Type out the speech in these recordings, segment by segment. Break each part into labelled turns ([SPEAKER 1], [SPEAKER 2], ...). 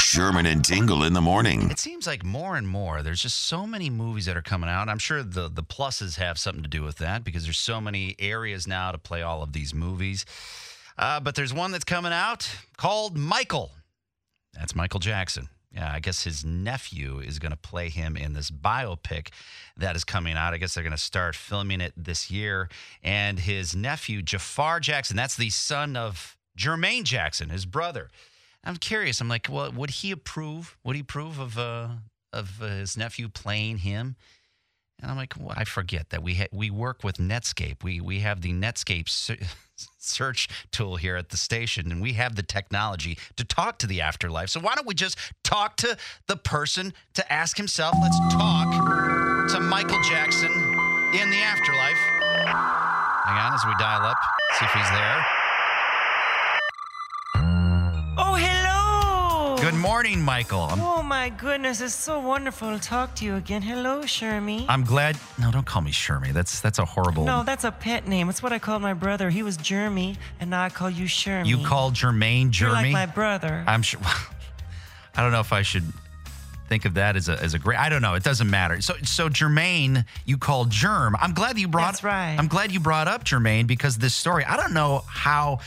[SPEAKER 1] Sherman and Tingle in the morning.
[SPEAKER 2] It seems like more and more there's just so many movies that are coming out. I'm sure the the pluses have something to do with that because there's so many areas now to play all of these movies. Uh, but there's one that's coming out called Michael. That's Michael Jackson. Yeah, I guess his nephew is going to play him in this biopic that is coming out. I guess they're going to start filming it this year. And his nephew, Jafar Jackson, that's the son of Jermaine Jackson, his brother. I'm curious. I'm like, well, would he approve? Would he approve of uh, of uh, his nephew playing him? And I'm like, well, I forget that we ha- we work with Netscape. We we have the Netscape se- search tool here at the station, and we have the technology to talk to the afterlife. So why don't we just talk to the person to ask himself? Let's talk to Michael Jackson in the afterlife. Hang on, as we dial up, see if he's there.
[SPEAKER 3] Oh, hello!
[SPEAKER 2] Good morning, Michael. I'm
[SPEAKER 3] Oh my goodness, it's so wonderful to talk to you again. Hello, Shermie.
[SPEAKER 2] I'm glad. No, don't call me Shermie. That's that's a horrible.
[SPEAKER 3] no, that's a pet name. It's what I called my brother. He was Jeremy, and now I call you Shermie.
[SPEAKER 2] you call Jermaine
[SPEAKER 3] You're
[SPEAKER 2] Jeremy.
[SPEAKER 3] like my brother.
[SPEAKER 2] I'm sure. I don't know if I should think of that as a as a great. I don't know. It doesn't matter. So so Jermaine, you called Germ. I'm glad that you brought.
[SPEAKER 3] That's right.
[SPEAKER 2] I'm glad you brought up Jermaine because this story. I don't know how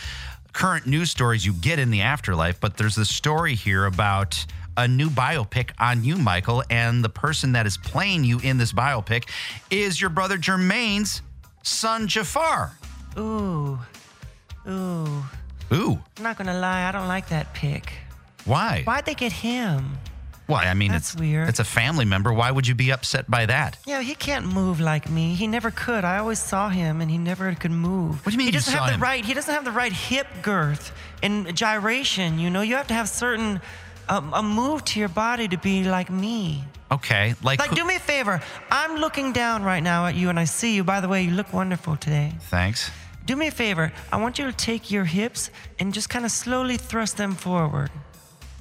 [SPEAKER 2] current news stories you get in the afterlife, but there's this story here about. A new biopic on you, Michael, and the person that is playing you in this biopic is your brother Jermaine's son Jafar.
[SPEAKER 3] Ooh, ooh.
[SPEAKER 2] Ooh,
[SPEAKER 3] I'm not gonna lie, I don't like that pick.
[SPEAKER 2] why?
[SPEAKER 3] Why'd they get him?
[SPEAKER 2] Why? I mean,
[SPEAKER 3] That's
[SPEAKER 2] it's
[SPEAKER 3] weird.
[SPEAKER 2] It's a family member. Why would you be upset by that?
[SPEAKER 3] Yeah, he can't move like me. He never could. I always saw him, and he never could move.
[SPEAKER 2] What do you mean
[SPEAKER 3] He
[SPEAKER 2] you
[SPEAKER 3] doesn't
[SPEAKER 2] saw
[SPEAKER 3] have the
[SPEAKER 2] him?
[SPEAKER 3] right. He doesn't have the right hip girth and gyration. You know, you have to have certain um, a move to your body to be like me.
[SPEAKER 2] Okay, like,
[SPEAKER 3] Like,
[SPEAKER 2] who-
[SPEAKER 3] do me a favor. I'm looking down right now at you, and I see you. By the way, you look wonderful today.
[SPEAKER 2] thanks.
[SPEAKER 3] Do me a favor. I want you to take your hips and just kind of slowly thrust them forward.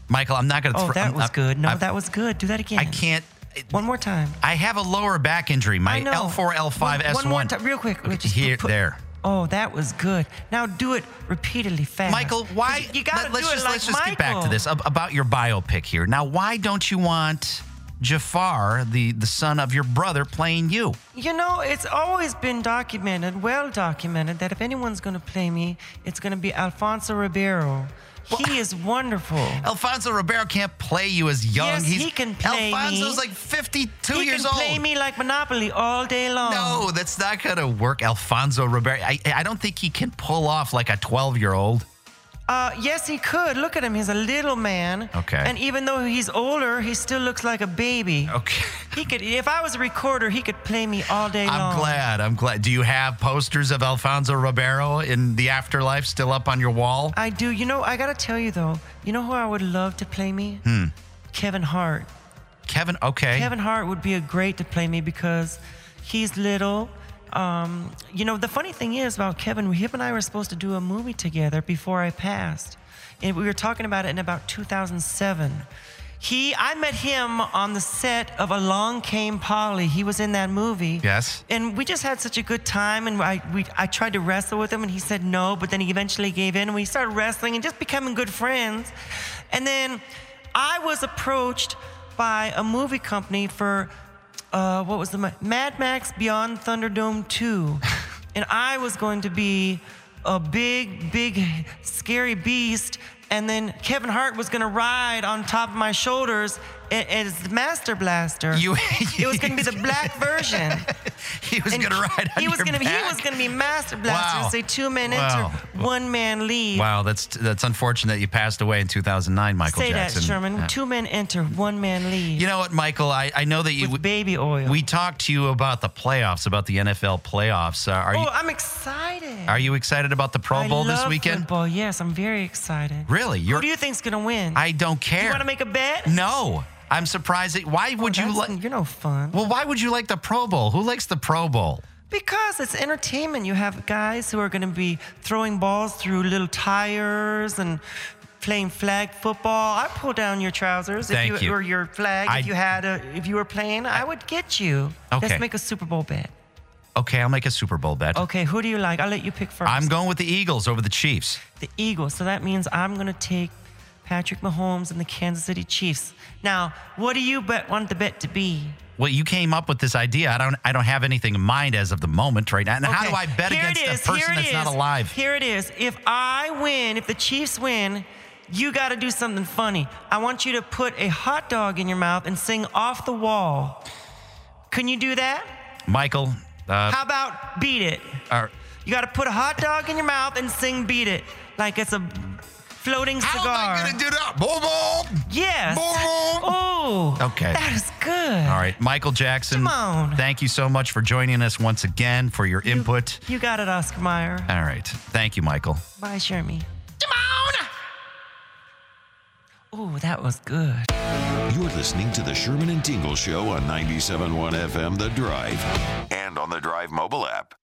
[SPEAKER 2] Michael, I'm not gonna.
[SPEAKER 3] Oh,
[SPEAKER 2] throw-
[SPEAKER 3] that
[SPEAKER 2] I'm-
[SPEAKER 3] was
[SPEAKER 2] I'm-
[SPEAKER 3] good. No,
[SPEAKER 2] I'm-
[SPEAKER 3] that was good. Do that again.
[SPEAKER 2] I can't.
[SPEAKER 3] One more time.
[SPEAKER 2] I have a lower back injury. My
[SPEAKER 3] I know.
[SPEAKER 2] L4, L5,
[SPEAKER 3] One-
[SPEAKER 2] S1.
[SPEAKER 3] one more ti- real quick.
[SPEAKER 2] Okay,
[SPEAKER 3] Just
[SPEAKER 2] here,
[SPEAKER 3] put-
[SPEAKER 2] there.
[SPEAKER 3] Oh, that was good. Now do it repeatedly fast.
[SPEAKER 2] Michael, why?
[SPEAKER 3] You gotta
[SPEAKER 2] let, us
[SPEAKER 3] do
[SPEAKER 2] just
[SPEAKER 3] it like
[SPEAKER 2] let's just get back to
[SPEAKER 3] Michael.
[SPEAKER 2] this ab- about your biopic here. Now, why don't you want Jafar, the the son of your brother, playing you?
[SPEAKER 3] You know, it's always been documented, well documented, that if anyone's gonna play me, it's gonna be Alfonso Ribeiro. he is wonderful.
[SPEAKER 2] Alfonso Ribeiro can't play you as young.
[SPEAKER 3] Yes,
[SPEAKER 2] He's,
[SPEAKER 3] he can play
[SPEAKER 2] Alfonso's
[SPEAKER 3] me.
[SPEAKER 2] like 52
[SPEAKER 3] he
[SPEAKER 2] years
[SPEAKER 3] can
[SPEAKER 2] old.
[SPEAKER 3] play me like Monopoly all day long.
[SPEAKER 2] No, that's not going to work. Alfonso Ribeiro. I, I don't think he can pull off like a 12 year old.
[SPEAKER 3] Uh, yes, he could. Look at him. He's a little man.
[SPEAKER 2] Okay.
[SPEAKER 3] And even though he's older, he still looks like a baby.
[SPEAKER 2] Okay.
[SPEAKER 3] He could. If I was a recorder, he could play me all day long.
[SPEAKER 2] I'm glad. I'm glad. Do you have posters of Alfonso Ribeiro in the afterlife still up on your wall?
[SPEAKER 3] I do. You know, I gotta tell you though. You know who I would love to play me? Hmm. Kevin Hart.
[SPEAKER 2] Kevin, okay.
[SPEAKER 3] Kevin Hart would be a great to play me because he's little. Um, you know, the funny thing is about Kevin, him and I were supposed to do a movie together before I passed. And we were talking about it in about 2007. He, I met him on the set of Along Came Polly. He was in that movie.
[SPEAKER 2] Yes.
[SPEAKER 3] And we just had such a good time, and I, we, I tried to wrestle with him, and he said no, but then he eventually gave in, and we started wrestling and just becoming good friends. And then I was approached by a movie company for uh, what was the mo- Mad Max Beyond Thunderdome 2. and I was going to be a big, big, scary beast. And then Kevin Hart was gonna ride on top of my shoulders a- as Master Blaster.
[SPEAKER 2] You-
[SPEAKER 3] it was going to be the black version.
[SPEAKER 2] He was
[SPEAKER 3] And
[SPEAKER 2] going to ride on
[SPEAKER 3] He was
[SPEAKER 2] your
[SPEAKER 3] gonna.
[SPEAKER 2] back.
[SPEAKER 3] He was gonna be master blaster.
[SPEAKER 2] Wow.
[SPEAKER 3] Say two men
[SPEAKER 2] Wow.
[SPEAKER 3] enter, one man leave.
[SPEAKER 2] Wow, that's that's unfortunate that you passed away in 2009, Michael
[SPEAKER 3] Say
[SPEAKER 2] Jackson.
[SPEAKER 3] that, Sherman.
[SPEAKER 2] Uh,
[SPEAKER 3] Two men enter, one man leave.
[SPEAKER 2] You know what, Michael? I, I know that you.
[SPEAKER 3] with baby oil.
[SPEAKER 2] We talked to you about the playoffs, about the NFL playoffs. Uh, are
[SPEAKER 3] oh,
[SPEAKER 2] you
[SPEAKER 3] I'm excited.
[SPEAKER 2] are you excited about the Pro
[SPEAKER 3] I
[SPEAKER 2] Bowl this
[SPEAKER 3] love
[SPEAKER 2] weekend?
[SPEAKER 3] Football. Yes, I'm very excited.
[SPEAKER 2] Really? You're.
[SPEAKER 3] Who do you think's gonna win?
[SPEAKER 2] I don't care.
[SPEAKER 3] You want to make a bet?
[SPEAKER 2] no, I'm surprised. That, why would you
[SPEAKER 3] That's-
[SPEAKER 2] like?
[SPEAKER 3] You're no fun.
[SPEAKER 2] Well, why would you like the Pro Bowl? Who likes the Pro Bowl?
[SPEAKER 3] Because it's entertainment. You have guys who are going to be throwing balls through little tires and playing flag football. I'd pull down your trousers
[SPEAKER 2] Thank
[SPEAKER 3] if
[SPEAKER 2] you.
[SPEAKER 3] or your flag
[SPEAKER 2] I-
[SPEAKER 3] if you had a, if you were playing. I, would get you.
[SPEAKER 2] Okay.
[SPEAKER 3] Let's make a Super Bowl bet.
[SPEAKER 2] Okay, I'll make a Super Bowl bet.
[SPEAKER 3] Okay, who do you like? I'll let you pick first.
[SPEAKER 2] I'm going with the Eagles over the Chiefs.
[SPEAKER 3] the Eagles. So that means I'm going to take Patrick Mahomes and the Kansas City Chiefs. Now, what do you bet want the bet to be?
[SPEAKER 2] Well, you came up with this idea. I don't. I don't have anything in mind as of the moment right now. And how do
[SPEAKER 3] Okay.
[SPEAKER 2] I bet
[SPEAKER 3] Here
[SPEAKER 2] against
[SPEAKER 3] it is,
[SPEAKER 2] a person
[SPEAKER 3] here it
[SPEAKER 2] that's not
[SPEAKER 3] is,
[SPEAKER 2] alive?
[SPEAKER 3] Here it is. If I win, if the Chiefs win, you got to do something funny. I want you to put a hot dog in your mouth and sing off the wall. Can you do that?
[SPEAKER 2] Michael, uh,
[SPEAKER 3] How about beat it?
[SPEAKER 2] are-
[SPEAKER 3] You got to put a hot dog in your mouth and sing beat it like it's a floating
[SPEAKER 2] how
[SPEAKER 3] cigar.
[SPEAKER 2] am I going to do that? Boom, boom.
[SPEAKER 3] Yes.
[SPEAKER 2] Boom, boom.
[SPEAKER 3] Oh.
[SPEAKER 2] Okay.
[SPEAKER 3] That is good.
[SPEAKER 2] All right, Michael Jackson.
[SPEAKER 3] Come on.
[SPEAKER 2] Thank you so much for joining us once again for your input.
[SPEAKER 3] You got it, Oscar Meyer.
[SPEAKER 2] All right, thank you, Michael.
[SPEAKER 3] Bye, Jeremy. Come on! Oh, that was good.
[SPEAKER 1] You're listening to the Sherman and Tingle Show on 97.1 FM The Drive and on the Drive mobile app.